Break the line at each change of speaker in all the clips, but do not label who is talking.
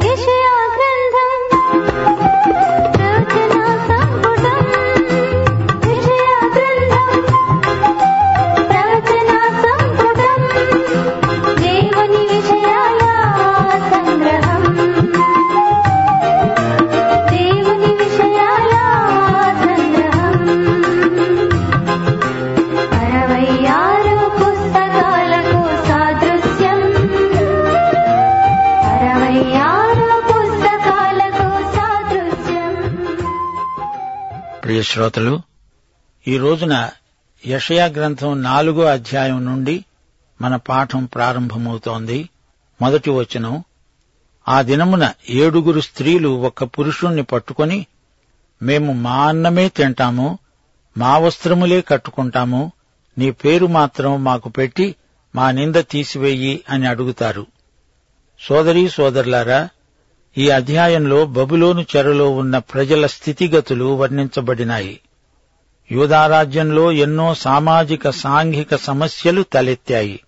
విషయా గ్రంథం రచనా సంపుటం విషయా గ్రంథం రచనా సంపుటం జీవని విషయాల సంగ్రహం జీవని విషయాల సంగ్రహం అరవై ఆరు పుస్తకాలకు సాదృశ్యం అరవై ఆరు పుస్తకాలకు సాదృశ్యం
ప్రియ శ్రోతలు ఈ రోజున యషయా గ్రంథం నాలుగో అధ్యాయం నుండి మన పాఠం ప్రారంభమవుతోంది మొదటి వచనం ఆ దినమున ఏడుగురు స్త్రీలు ఒక పురుషుణ్ణి పట్టుకొని మేము మా అన్నమే తింటాము మా వస్త్రములే కట్టుకుంటాము నీ పేరు మాత్రం మాకు పెట్టి మా నింద తీసివేయి అని అడుగుతారు సోదరీ సోదరులారా ఈ అధ్యాయంలో బబులోను చెరలో ఉన్న ప్రజల స్థితిగతులు వర్ణించబడినాయి యూదారాజ్యంలో ఎన్నో సామాజిక సాంఘిక సమస్యలు తలెత్తాయి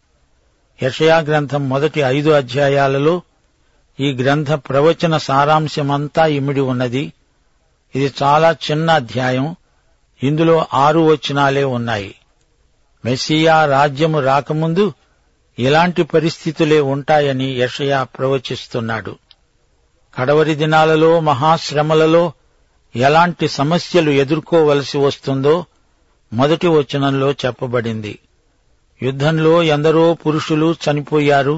యషయా గ్రంథం మొదటి ఐదు అధ్యాయాలలో ఈ గ్రంథ ప్రవచన సారాంశమంతా ఇమిడి ఉన్నది ఇది చాలా చిన్న అధ్యాయం ఇందులో ఆరు వచనాలే ఉన్నాయి మెస్సియా రాజ్యము రాకముందు ఇలాంటి పరిస్థితులే ఉంటాయని యషయా ప్రవచిస్తున్నాడు కడవరి దినాలలో మహాశ్రమలలో ఎలాంటి సమస్యలు ఎదుర్కోవలసి వస్తుందో మొదటి వచనంలో చెప్పబడింది యుద్ధంలో ఎందరో పురుషులు చనిపోయారు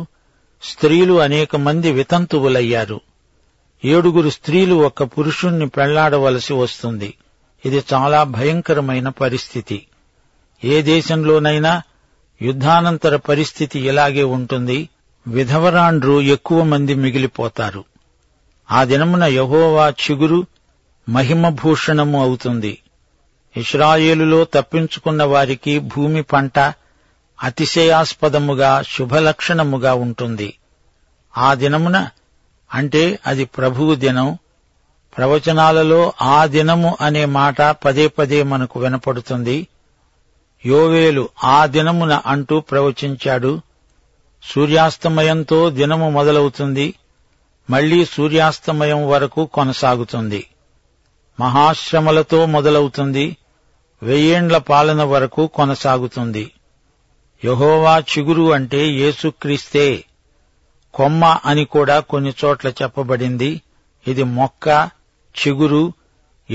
స్త్రీలు అనేక మంది వితంతువులయ్యారు ఏడుగురు స్త్రీలు ఒక పురుషుణ్ణి పెళ్లాడవలసి వస్తుంది ఇది చాలా భయంకరమైన పరిస్థితి ఏ దేశంలోనైనా యుద్ధానంతర పరిస్థితి ఇలాగే ఉంటుంది విధవరాండ్రు ఎక్కువ మంది మిగిలిపోతారు ఆ దినమున యహోవా చిగురు మహిమభూషణము అవుతుంది ఇస్రాయేలులో తప్పించుకున్న వారికి భూమి పంట అతిశయాస్పదముగా శుభలక్షణముగా ఉంటుంది ఆ దినమున అంటే అది ప్రభువు దినం ప్రవచనాలలో ఆ దినము అనే మాట పదే పదే మనకు వినపడుతుంది యోవేలు ఆ దినమున అంటూ ప్రవచించాడు సూర్యాస్తమయంతో దినము మొదలవుతుంది మళ్లీ సూర్యాస్తమయం వరకు కొనసాగుతుంది మహాశ్రమలతో మొదలవుతుంది వెయ్యేండ్ల పాలన వరకు కొనసాగుతుంది యహోవా చిగురు అంటే యేసుక్రీస్తే కొమ్మ అని కూడా కొన్ని చోట్ల చెప్పబడింది ఇది మొక్క చిగురు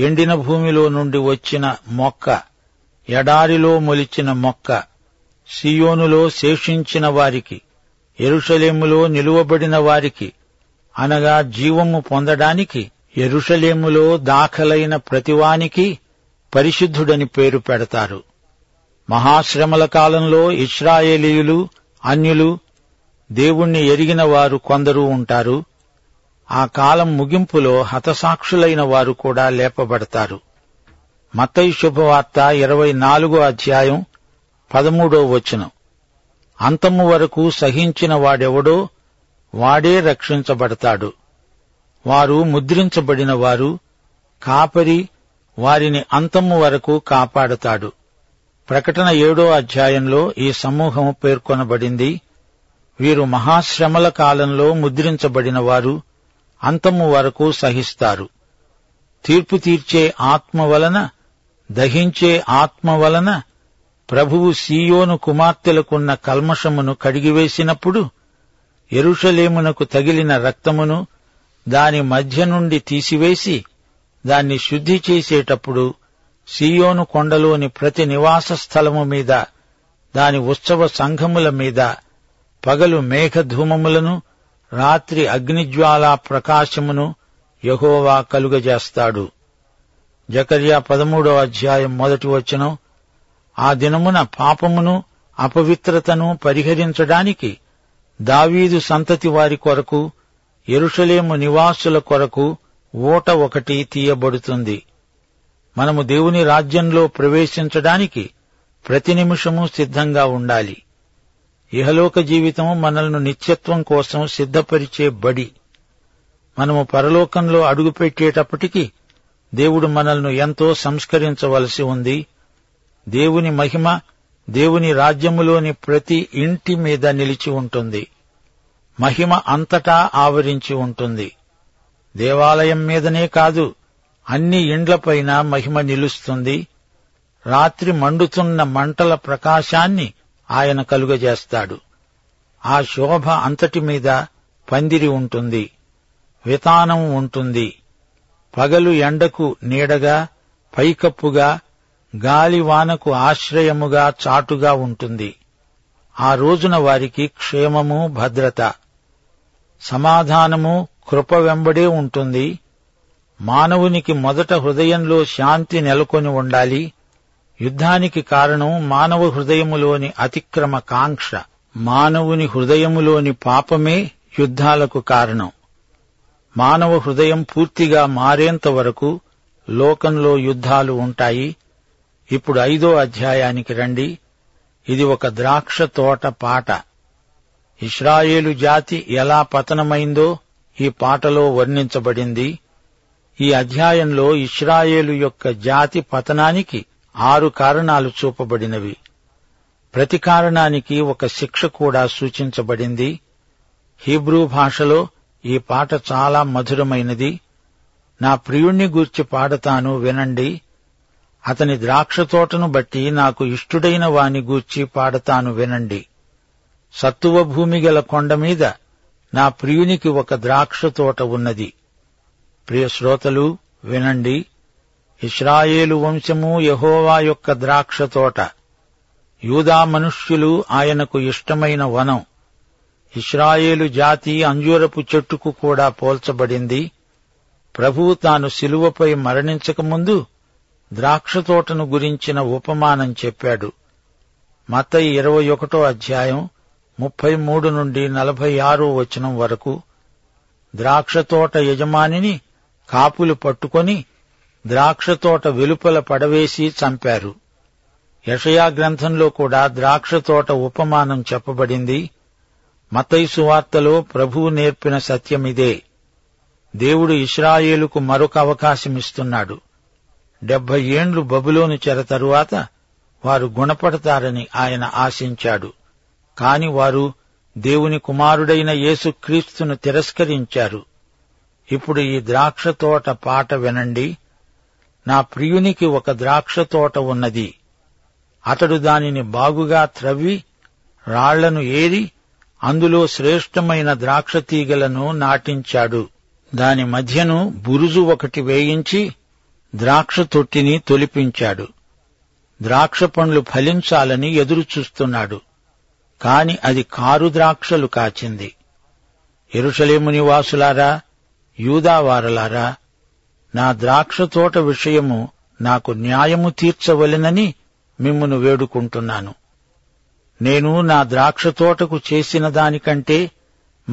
ఎండిన భూమిలో నుండి వచ్చిన మొక్క ఎడారిలో మొలిచిన మొక్క సియోనులో శేషించిన వారికి ఎరుషలేములో నిలువబడిన వారికి అనగా జీవము పొందడానికి ఎరుషలేములో దాఖలైన ప్రతివానికి పరిశుద్ధుడని పేరు పెడతారు మహాశ్రమల కాలంలో ఇస్రాయేలీయులు అన్యులు దేవుణ్ణి ఎరిగిన వారు కొందరు ఉంటారు ఆ కాలం ముగింపులో హతసాక్షులైన వారు కూడా లేపబడతారు మత్తయి శుభవార్త ఇరవై నాలుగో అధ్యాయం పదమూడో వచనం అంతము వరకు సహించిన వాడెవడో వాడే రక్షించబడతాడు వారు ముద్రించబడిన వారు కాపరి వారిని అంతము వరకు కాపాడతాడు ప్రకటన ఏడో అధ్యాయంలో ఈ సమూహం పేర్కొనబడింది వీరు మహాశ్రమల కాలంలో ముద్రించబడిన వారు అంతము వరకు సహిస్తారు తీర్పు తీర్చే ఆత్మ వలన దహించే ఆత్మ వలన ప్రభువు సీయోను కుమార్తెలకున్న కల్మషమును కడిగివేసినప్పుడు ఎరుషలేమునకు తగిలిన రక్తమును దాని మధ్య నుండి తీసివేసి దాన్ని శుద్ధి చేసేటప్పుడు సీయోను కొండలోని ప్రతి నివాస స్థలము మీద దాని ఉత్సవ సంఘముల మీద పగలు మేఘధూమములను రాత్రి అగ్నిజ్వాలా ప్రకాశమును యహోవా కలుగజేస్తాడు జకర్యా పదమూడో అధ్యాయం మొదటి వచనం ఆ దినమున పాపమును అపవిత్రతను పరిహరించడానికి దావీదు సంతతి వారి కొరకు ఎరుషలేము నివాసుల కొరకు ఓట ఒకటి తీయబడుతుంది మనము దేవుని రాజ్యంలో ప్రవేశించడానికి ప్రతి నిమిషము సిద్ధంగా ఉండాలి ఇహలోక జీవితం మనల్ని నిత్యత్వం కోసం సిద్ధపరిచే బడి మనము పరలోకంలో అడుగుపెట్టేటప్పటికి దేవుడు మనల్ని ఎంతో సంస్కరించవలసి ఉంది దేవుని మహిమ దేవుని రాజ్యములోని ప్రతి ఇంటి మీద నిలిచి ఉంటుంది మహిమ అంతటా ఆవరించి ఉంటుంది దేవాలయం మీదనే కాదు అన్ని ఇండ్లపైన మహిమ నిలుస్తుంది రాత్రి మండుతున్న మంటల ప్రకాశాన్ని ఆయన కలుగజేస్తాడు ఆ శోభ అంతటి మీద పందిరి ఉంటుంది వితానం ఉంటుంది పగలు ఎండకు నీడగా పైకప్పుగా గాలివానకు ఆశ్రయముగా చాటుగా ఉంటుంది ఆ రోజున వారికి క్షేమము భద్రత సమాధానము కృప వెంబడే ఉంటుంది మానవునికి మొదట హృదయంలో శాంతి నెలకొని ఉండాలి యుద్ధానికి కారణం మానవ హృదయములోని అతిక్రమ కాంక్ష మానవుని హృదయములోని పాపమే యుద్ధాలకు కారణం మానవ హృదయం పూర్తిగా మారేంత వరకు లోకంలో యుద్ధాలు ఉంటాయి ఇప్పుడు ఐదో అధ్యాయానికి రండి ఇది ఒక ద్రాక్ష తోట పాట ఇస్రాయేలు జాతి ఎలా పతనమైందో ఈ పాటలో వర్ణించబడింది ఈ అధ్యాయంలో ఇస్రాయేలు యొక్క జాతి పతనానికి ఆరు కారణాలు చూపబడినవి ప్రతి కారణానికి ఒక శిక్ష కూడా సూచించబడింది హీబ్రూ భాషలో ఈ పాట చాలా మధురమైనది నా ప్రియుణ్ణి గూర్చి పాడతాను వినండి అతని ద్రాక్ష తోటను బట్టి నాకు ఇష్టుడైన వాని గూర్చి పాడతాను వినండి సత్తువ భూమి గల కొండ మీద నా ప్రియునికి ఒక ద్రాక్ష తోట ఉన్నది ప్రియ శ్రోతలు వినండి ఇస్రాయేలు వంశము యెహోవా యొక్క ద్రాక్ష తోట యూదా మనుష్యులు ఆయనకు ఇష్టమైన వనం ఇస్రాయేలు జాతి అంజూరపు చెట్టుకు కూడా పోల్చబడింది ప్రభువు తాను శిలువపై మరణించకముందు ద్రాక్ష తోటను గురించిన ఉపమానం చెప్పాడు మతయి ఇరవై ఒకటో అధ్యాయం ముప్పై మూడు నుండి నలభై ఆరో వచనం వరకు ద్రాక్ష తోట యజమానిని కాపులు పట్టుకొని ద్రాక్ష తోట వెలుపల పడవేసి చంపారు యషయా గ్రంథంలో కూడా ద్రాక్ష తోట ఉపమానం చెప్పబడింది మతయి సువార్తలో ప్రభువు నేర్పిన సత్యమిదే దేవుడు ఇస్రాయేలుకు మరొక అవకాశమిస్తున్నాడు డెబ్బై ఏండ్లు బబులోను చెర తరువాత వారు గుణపడతారని ఆయన ఆశించాడు కాని వారు దేవుని కుమారుడైన యేసుక్రీస్తును తిరస్కరించారు ఇప్పుడు ఈ ద్రాక్ష తోట పాట వినండి నా ప్రియునికి ఒక ద్రాక్ష తోట ఉన్నది అతడు దానిని బాగుగా త్రవ్వి రాళ్లను ఏరి అందులో శ్రేష్టమైన ద్రాక్ష తీగలను నాటించాడు దాని మధ్యను బురుజు ఒకటి వేయించి ద్రాక్ష తొట్టిని తొలిపించాడు ద్రాక్ష పండ్లు ఫలించాలని ఎదురుచూస్తున్నాడు కాని అది కారు ద్రాక్షలు కాచింది ఎరుషలేము నివాసులారా యూదావారలారా నా ద్రాక్ష తోట విషయము నాకు న్యాయము తీర్చవలెనని మిమ్మును వేడుకుంటున్నాను నేను నా ద్రాక్ష తోటకు చేసిన దానికంటే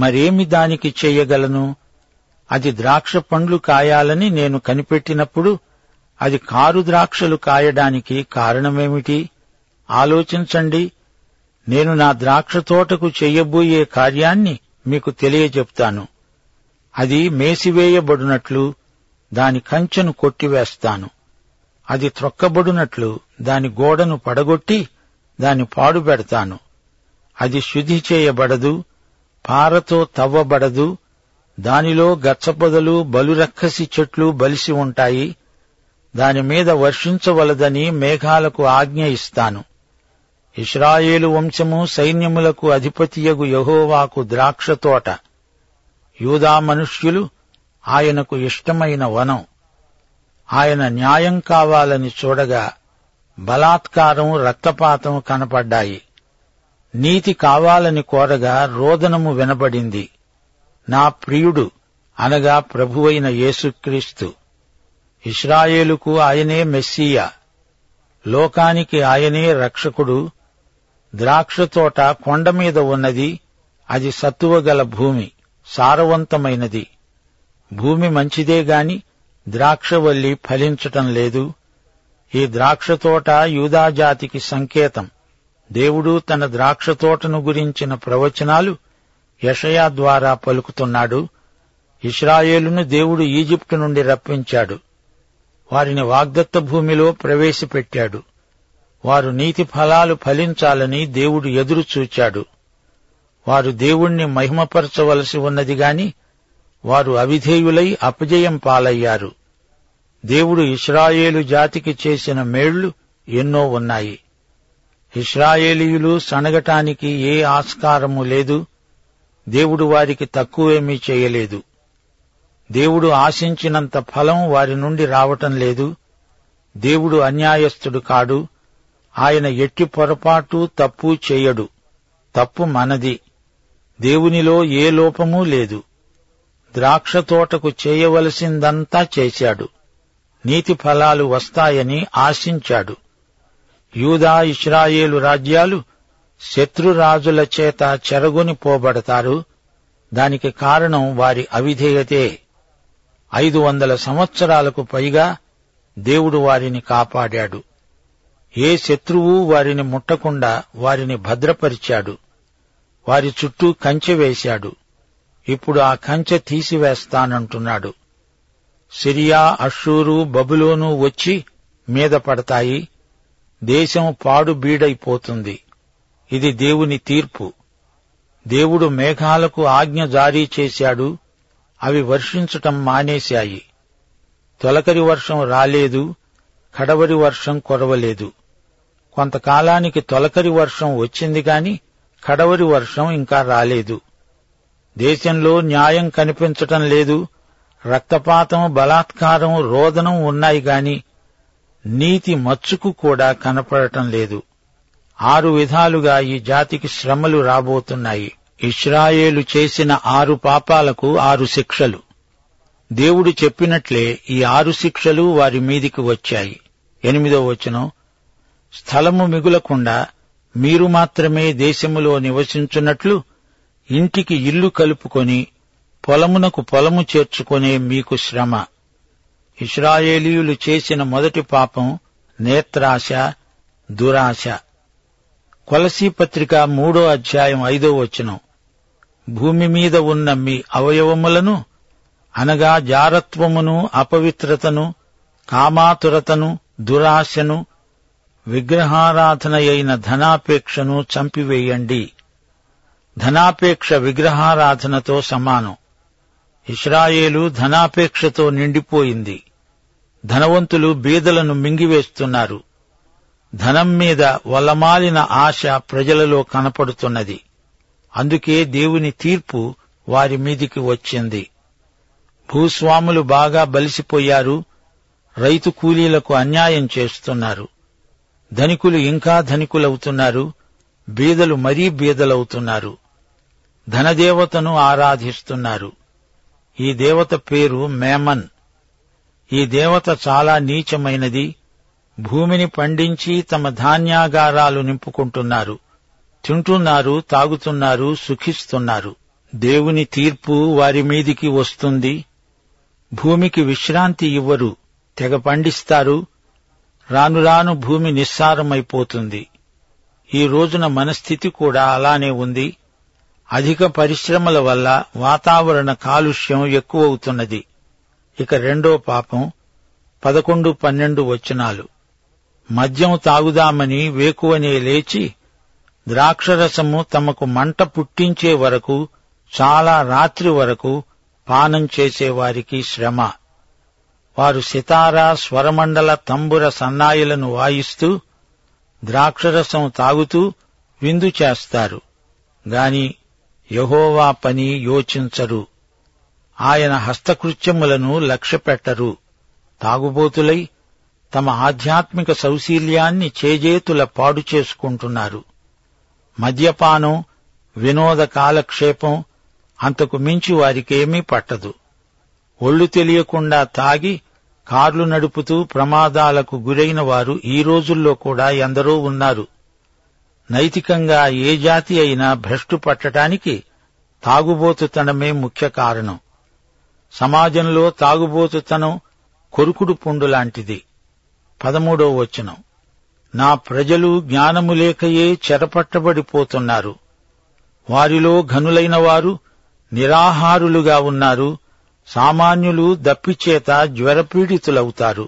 మరేమి దానికి చేయగలను అది ద్రాక్ష పండ్లు కాయాలని నేను కనిపెట్టినప్పుడు అది కారు ద్రాక్షలు కాయడానికి కారణమేమిటి ఆలోచించండి నేను నా ద్రాక్ష తోటకు చేయబోయే కార్యాన్ని మీకు తెలియజెప్తాను అది మేసివేయబడినట్లు దాని కంచెను కొట్టివేస్తాను అది త్రొక్కబడినట్లు దాని గోడను పడగొట్టి దాని పాడు పెడతాను అది శుద్ధి చేయబడదు పారతో తవ్వబడదు దానిలో గచ్చపొదలు బలురక్కసి చెట్లు బలిసి ఉంటాయి దాని మీద వర్షించవలదని మేఘాలకు ఆజ్ఞ ఇస్తాను ఇస్రాయేలు వంశము సైన్యములకు అధిపతియగు యహోవాకు ద్రాక్ష తోట యూదా మనుష్యులు ఆయనకు ఇష్టమైన వనం ఆయన న్యాయం కావాలని చూడగా బలాత్కారం రక్తపాతం కనపడ్డాయి నీతి కావాలని కోరగా రోదనము వినబడింది నా ప్రియుడు అనగా ప్రభువైన యేసుక్రీస్తు ఇస్రాయేలుకు ఆయనే మెస్సియా లోకానికి ఆయనే రక్షకుడు ద్రాక్ష తోట కొండ మీద ఉన్నది అది సత్తువగల భూమి సారవంతమైనది భూమి మంచిదే గాని ద్రాక్షవల్లి ఫలించటం లేదు ఈ ద్రాక్ష తోట యూదాజాతికి సంకేతం దేవుడు తన ద్రాక్ష తోటను గురించిన ప్రవచనాలు యషయా ద్వారా పలుకుతున్నాడు ఇస్రాయేలును దేవుడు ఈజిప్టు నుండి రప్పించాడు వారిని వాగ్దత్త భూమిలో ప్రవేశపెట్టాడు వారు నీతి ఫలాలు ఫలించాలని దేవుడు ఎదురు చూచాడు వారు దేవుణ్ణి మహిమపరచవలసి ఉన్నది గాని వారు అవిధేయులై అపజయం పాలయ్యారు దేవుడు ఇస్రాయేలు జాతికి చేసిన మేళ్లు ఎన్నో ఉన్నాయి ఇస్రాయేలీయులు సనగటానికి ఏ ఆస్కారము లేదు దేవుడు వారికి తక్కువేమీ చేయలేదు దేవుడు ఆశించినంత ఫలం వారి నుండి రావటం లేదు దేవుడు అన్యాయస్థుడు కాడు ఆయన ఎట్టి పొరపాటు తప్పు చేయడు తప్పు మనది దేవునిలో ఏ లోపమూ లేదు ద్రాక్ష తోటకు చేయవలసిందంతా చేశాడు నీతి ఫలాలు వస్తాయని ఆశించాడు యూదా ఇస్రాయేలు రాజ్యాలు శత్రురాజుల చేత చెరగొని పోబడతారు దానికి కారణం వారి అవిధేయతే ఐదు వందల సంవత్సరాలకు పైగా దేవుడు వారిని కాపాడాడు ఏ శత్రువు వారిని ముట్టకుండా వారిని భద్రపరిచాడు వారి చుట్టూ కంచె వేశాడు ఇప్పుడు ఆ కంచె తీసివేస్తానంటున్నాడు సిరియా అషూరు బబులోను వచ్చి మీద పడతాయి దేశం పాడు బీడైపోతుంది ఇది దేవుని తీర్పు దేవుడు మేఘాలకు ఆజ్ఞ జారీ చేశాడు అవి వర్షించటం మానేశాయి తొలకరి వర్షం రాలేదు కడవరి వర్షం కొరవలేదు కొంతకాలానికి తొలకరి వర్షం వచ్చింది గాని కడవరి వర్షం ఇంకా రాలేదు దేశంలో న్యాయం కనిపించటం లేదు రక్తపాతం బలాత్కారం రోదనం ఉన్నాయి గాని నీతి మచ్చుకు కూడా కనపడటం లేదు ఆరు విధాలుగా ఈ జాతికి శ్రమలు రాబోతున్నాయి ఇస్రాయేలు చేసిన ఆరు పాపాలకు ఆరు శిక్షలు దేవుడు చెప్పినట్లే ఈ ఆరు శిక్షలు వారి మీదికి వచ్చాయి ఎనిమిదో వచనం స్థలము మిగులకుండా మీరు మాత్రమే దేశములో నివసించున్నట్లు ఇంటికి ఇల్లు కలుపుకొని పొలమునకు పొలము చేర్చుకునే మీకు శ్రమ ఇస్రాయేలీయులు చేసిన మొదటి పాపం నేత్రాశ దురాశ కొలసీ పత్రిక మూడో అధ్యాయం ఐదో వచనం భూమి మీద ఉన్న మీ అవయవములను అనగా జారత్వమును అపవిత్రతను కామాతురతను దురాశను విగ్రహారాధన అయిన ధనాపేక్షను చంపివేయండి ధనాపేక్ష విగ్రహారాధనతో సమానం ఇస్రాయేలు ధనాపేక్షతో నిండిపోయింది ధనవంతులు బీదలను మింగివేస్తున్నారు ధనం మీద వలమాలిన ఆశ ప్రజలలో కనపడుతున్నది అందుకే దేవుని తీర్పు వారి మీదికి వచ్చింది భూస్వాములు బాగా బలిసిపోయారు రైతు కూలీలకు అన్యాయం చేస్తున్నారు ధనికులు ఇంకా ధనికులవుతున్నారు బీదలు మరీ బీదలవుతున్నారు ధనదేవతను ఆరాధిస్తున్నారు ఈ దేవత పేరు మేమన్ ఈ దేవత చాలా నీచమైనది భూమిని పండించి తమ ధాన్యాగారాలు నింపుకుంటున్నారు తింటున్నారు తాగుతున్నారు సుఖిస్తున్నారు దేవుని తీర్పు వారి మీదికి వస్తుంది భూమికి విశ్రాంతి ఇవ్వరు తెగ పండిస్తారు రాను రాను భూమి నిస్సారమైపోతుంది ఈ రోజున మన స్థితి కూడా అలానే ఉంది అధిక పరిశ్రమల వల్ల వాతావరణ కాలుష్యం ఎక్కువవుతున్నది ఇక రెండో పాపం పదకొండు పన్నెండు వచనాలు మద్యం తాగుదామని వేకువనే లేచి ద్రాక్షరసము తమకు మంట పుట్టించే వరకు చాలా రాత్రి వరకు పానం చేసేవారికి శ్రమ వారు సితార స్వరమండల తంబుర సన్నాయిలను వాయిస్తూ ద్రాక్షరసం తాగుతూ విందు చేస్తారు గాని యహోవా పని యోచించరు ఆయన హస్తకృత్యములను లక్ష్యపెట్టరు తాగుబోతులై తమ ఆధ్యాత్మిక సౌశీల్యాన్ని చేజేతుల పాడు చేసుకుంటున్నారు మద్యపానం వినోద కాలక్షేపం అంతకు మించి వారికేమీ పట్టదు ఒళ్ళు తెలియకుండా తాగి కార్లు నడుపుతూ ప్రమాదాలకు గురైన వారు ఈ రోజుల్లో కూడా ఎందరో ఉన్నారు నైతికంగా ఏ జాతి అయినా భ్రష్టు పట్టడానికి తాగుబోతుతనమే ముఖ్య కారణం సమాజంలో తాగుబోతుతనం కొరుకుడు పుండు లాంటిది పదమూడో వచనం నా ప్రజలు జ్ఞానము లేకయే చెరపట్టబడిపోతున్నారు వారిలో ఘనులైన వారు నిరాహారులుగా ఉన్నారు సామాన్యులు దప్పిచేత జ్వరపీడితులవుతారు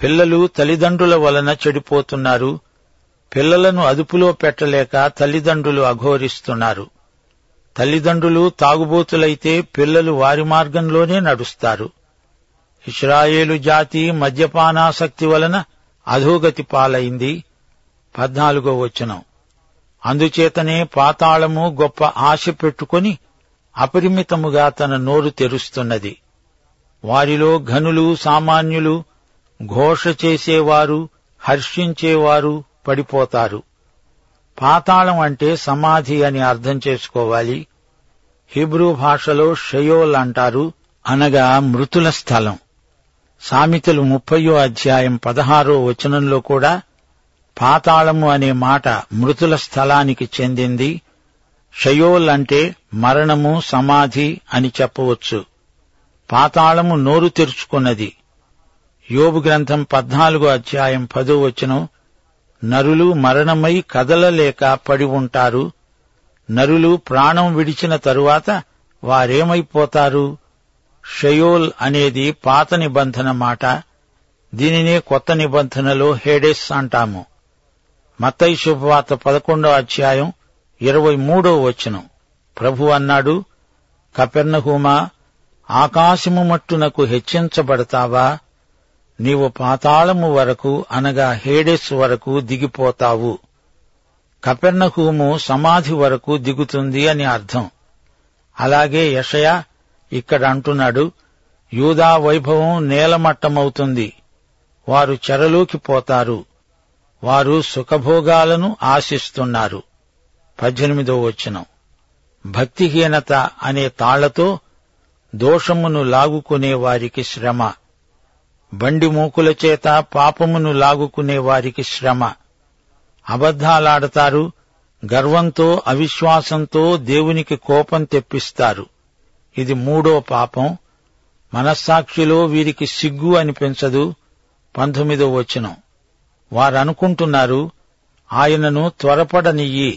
పిల్లలు తల్లిదండ్రుల వలన చెడిపోతున్నారు పిల్లలను అదుపులో పెట్టలేక తల్లిదండ్రులు అఘోరిస్తున్నారు తల్లిదండ్రులు తాగుబోతులైతే పిల్లలు వారి మార్గంలోనే నడుస్తారు ఇస్రాయేలు జాతి మద్యపానాసక్తి వలన అధోగతి పాలైంది పద్నాలుగో వచనం అందుచేతనే పాతాళము గొప్ప ఆశ పెట్టుకొని అపరిమితముగా తన నోరు తెరుస్తున్నది వారిలో ఘనులు సామాన్యులు ఘోష చేసేవారు హర్షించేవారు పడిపోతారు పాతాళం అంటే సమాధి అని అర్థం చేసుకోవాలి హీబ్రూ భాషలో షయోల్ అంటారు అనగా మృతుల స్థలం సామెతలు ముప్పయో అధ్యాయం పదహారో వచనంలో కూడా పాతాళము అనే మాట మృతుల స్థలానికి చెందింది షయోల్ అంటే మరణము సమాధి అని చెప్పవచ్చు పాతాళము నోరు తెరుచుకున్నది యోబు గ్రంథం పద్నాలుగో అధ్యాయం పదో వచనం నరులు మరణమై కదలలేక పడి ఉంటారు నరులు ప్రాణం విడిచిన తరువాత వారేమైపోతారు షయోల్ అనేది పాత నిబంధన మాట దీనినే కొత్త నిబంధనలో హేడెస్ అంటాము మత్తయి శుభవార్త పదకొండో అధ్యాయం ఇరవై మూడో వచనం ప్రభు అన్నాడు కపెర్ణహూమా ఆకాశము మట్టునకు హెచ్చించబడతావా నీవు పాతాళము వరకు అనగా హేడెస్ వరకు దిగిపోతావు కపెర్ణహూము సమాధి వరకు దిగుతుంది అని అర్థం అలాగే యషయ ఇక్కడ అంటున్నాడు యూదా వైభవం నేలమట్టమవుతుంది వారు చెరలోకి పోతారు వారు సుఖభోగాలను ఆశిస్తున్నారు పద్దెనిమిదో వచనం భక్తిహీనత అనే తాళ్లతో దోషమును లాగుకునే వారికి శ్రమ బండి మూకుల చేత పాపమును లాగుకునే వారికి శ్రమ అబద్ధాలాడతారు గర్వంతో అవిశ్వాసంతో దేవునికి కోపం తెప్పిస్తారు ఇది మూడో పాపం మనస్సాక్షిలో వీరికి సిగ్గు అనిపించదు పంతొమ్మిదో వచనం వారనుకుంటున్నారు ఆయనను త్వరపడనియ్యి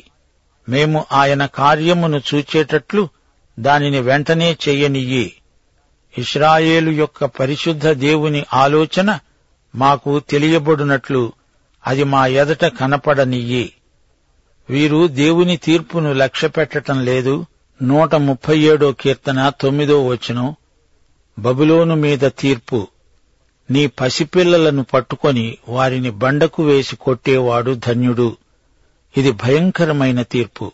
మేము ఆయన కార్యమును చూచేటట్లు దానిని వెంటనే చెయ్యనియ్యి ఇస్రాయేలు యొక్క పరిశుద్ధ దేవుని ఆలోచన మాకు తెలియబడినట్లు అది మా ఎదట కనపడనియ్యి వీరు దేవుని తీర్పును లక్ష్యపెట్టటం లేదు నూట ముప్పై ఏడో కీర్తన తొమ్మిదో వచనం బబులోను మీద తీర్పు నీ పసిపిల్లలను పట్టుకొని వారిని బండకు వేసి కొట్టేవాడు ధన్యుడు ఇది భయంకరమైన తీర్పు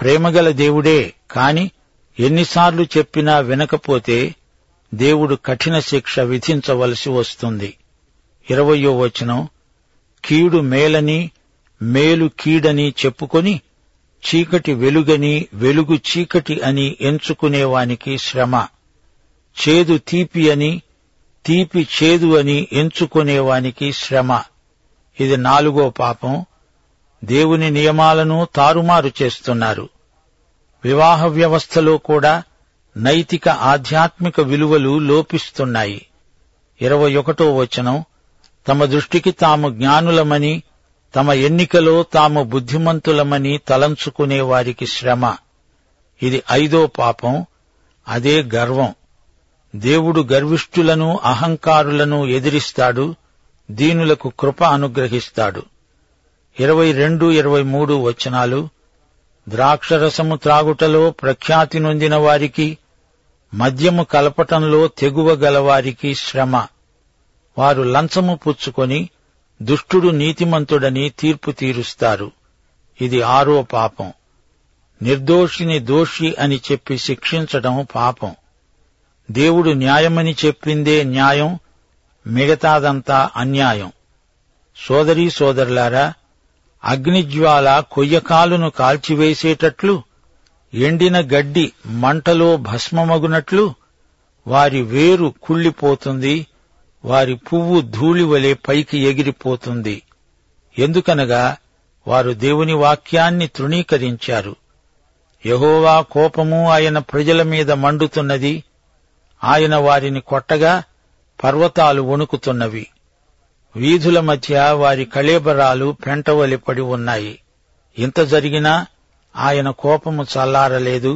ప్రేమగల దేవుడే కాని ఎన్నిసార్లు చెప్పినా వినకపోతే దేవుడు కఠిన శిక్ష విధించవలసి వస్తుంది ఇరవయో వచనం కీడు మేలని మేలు కీడని చెప్పుకొని చీకటి వెలుగని వెలుగు చీకటి అని ఎంచుకునేవానికి శ్రమ చేదు తీపి అని తీపి చేదు అని ఎంచుకునేవానికి శ్రమ ఇది నాలుగో పాపం దేవుని నియమాలను తారుమారు చేస్తున్నారు వివాహ వ్యవస్థలో కూడా నైతిక ఆధ్యాత్మిక విలువలు లోపిస్తున్నాయి ఇరవై ఒకటో వచనం తమ దృష్టికి తాము జ్ఞానులమని తమ ఎన్నికలో తాము బుద్ధిమంతులమని తలంచుకునే వారికి శ్రమ ఇది ఐదో పాపం అదే గర్వం దేవుడు గర్విష్ఠులను అహంకారులను ఎదిరిస్తాడు దీనులకు కృప అనుగ్రహిస్తాడు ఇరవై రెండు ఇరవై మూడు వచనాలు ద్రాక్షరసము త్రాగుటలో ప్రఖ్యాతి నొందిన వారికి మద్యము కలపటంలో తెగువ గలవారికి శ్రమ వారు లంచము పుచ్చుకొని దుష్టుడు నీతిమంతుడని తీర్పు తీరుస్తారు ఇది ఆరో పాపం నిర్దోషిని దోషి అని చెప్పి శిక్షించడం పాపం దేవుడు న్యాయమని చెప్పిందే న్యాయం మిగతాదంతా అన్యాయం సోదరీ సోదరులారా అగ్నిజ్వాల కొయ్యకాలును కాల్చివేసేటట్లు ఎండిన గడ్డి మంటలో భస్మమగునట్లు వారి వేరు కుళ్ళిపోతుంది వారి పువ్వు ధూళి వలె పైకి ఎగిరిపోతుంది ఎందుకనగా వారు దేవుని వాక్యాన్ని తృణీకరించారు యహోవా కోపము ఆయన ప్రజల మీద మండుతున్నది ఆయన వారిని కొట్టగా పర్వతాలు వణుకుతున్నవి వీధుల మధ్య వారి కళేబరాలు పెంటవలి పడి ఉన్నాయి ఇంత జరిగినా ఆయన కోపము చల్లారలేదు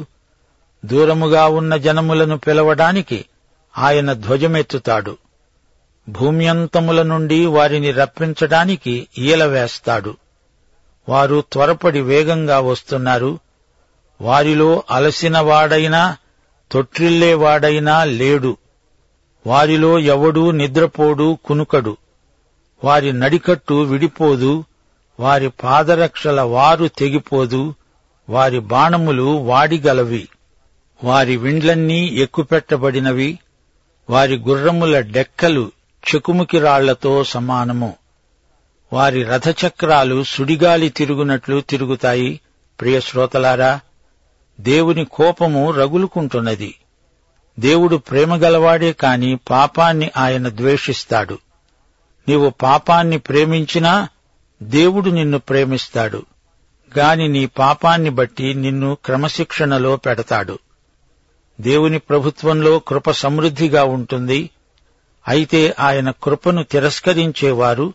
దూరముగా ఉన్న జనములను పిలవడానికి ఆయన ధ్వజమెత్తుతాడు భూమ్యంతముల నుండి వారిని రప్పించడానికి ఈల వేస్తాడు వారు త్వరపడి వేగంగా వస్తున్నారు వారిలో అలసినవాడైనా తొట్టిల్లేవాడైనా లేడు వారిలో ఎవడూ నిద్రపోడు కునుకడు వారి నడికట్టు విడిపోదు వారి పాదరక్షల వారు తెగిపోదు వారి బాణములు వాడిగలవి వారి విండ్లన్నీ ఎక్కుపెట్టబడినవి వారి గుర్రముల డెక్కలు చెకుముకి రాళ్లతో సమానము వారి రథచక్రాలు సుడిగాలి తిరుగునట్లు తిరుగుతాయి ప్రియ శ్రోతలారా దేవుని కోపము రగులుకుంటున్నది దేవుడు ప్రేమగలవాడే కాని పాపాన్ని ఆయన ద్వేషిస్తాడు నీవు పాపాన్ని ప్రేమించినా దేవుడు నిన్ను ప్రేమిస్తాడు గాని నీ పాపాన్ని బట్టి నిన్ను క్రమశిక్షణలో పెడతాడు దేవుని ప్రభుత్వంలో కృప సమృద్ధిగా ఉంటుంది అయితే ఆయన కృపను తిరస్కరించేవారు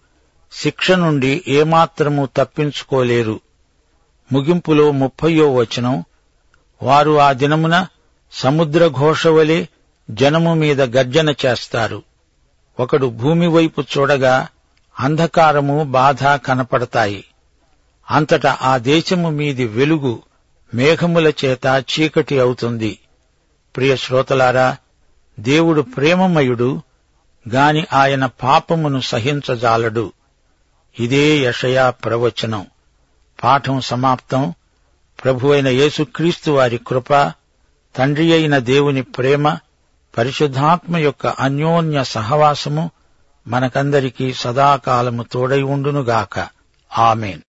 శిక్ష నుండి ఏమాత్రము తప్పించుకోలేరు ముగింపులో ముప్పయో వచనం వారు ఆ దినమున సముద్ర ఘోషవలే జనము మీద గర్జన చేస్తారు ఒకడు భూమి వైపు చూడగా అంధకారము బాధ కనపడతాయి అంతటా ఆ దేశము మీది వెలుగు మేఘముల చేత చీకటి అవుతుంది ప్రియ శ్రోతలారా దేవుడు ప్రేమమయుడు గాని ఆయన పాపమును సహించజాలడు ఇదే యషయా ప్రవచనం పాఠం సమాప్తం ప్రభు అయిన యేసుక్రీస్తు వారి కృప తండ్రి అయిన దేవుని ప్రేమ పరిశుద్ధాత్మ యొక్క అన్యోన్య సహవాసము మనకందరికీ సదాకాలము తోడై ఉండునుగాక ఆమెన్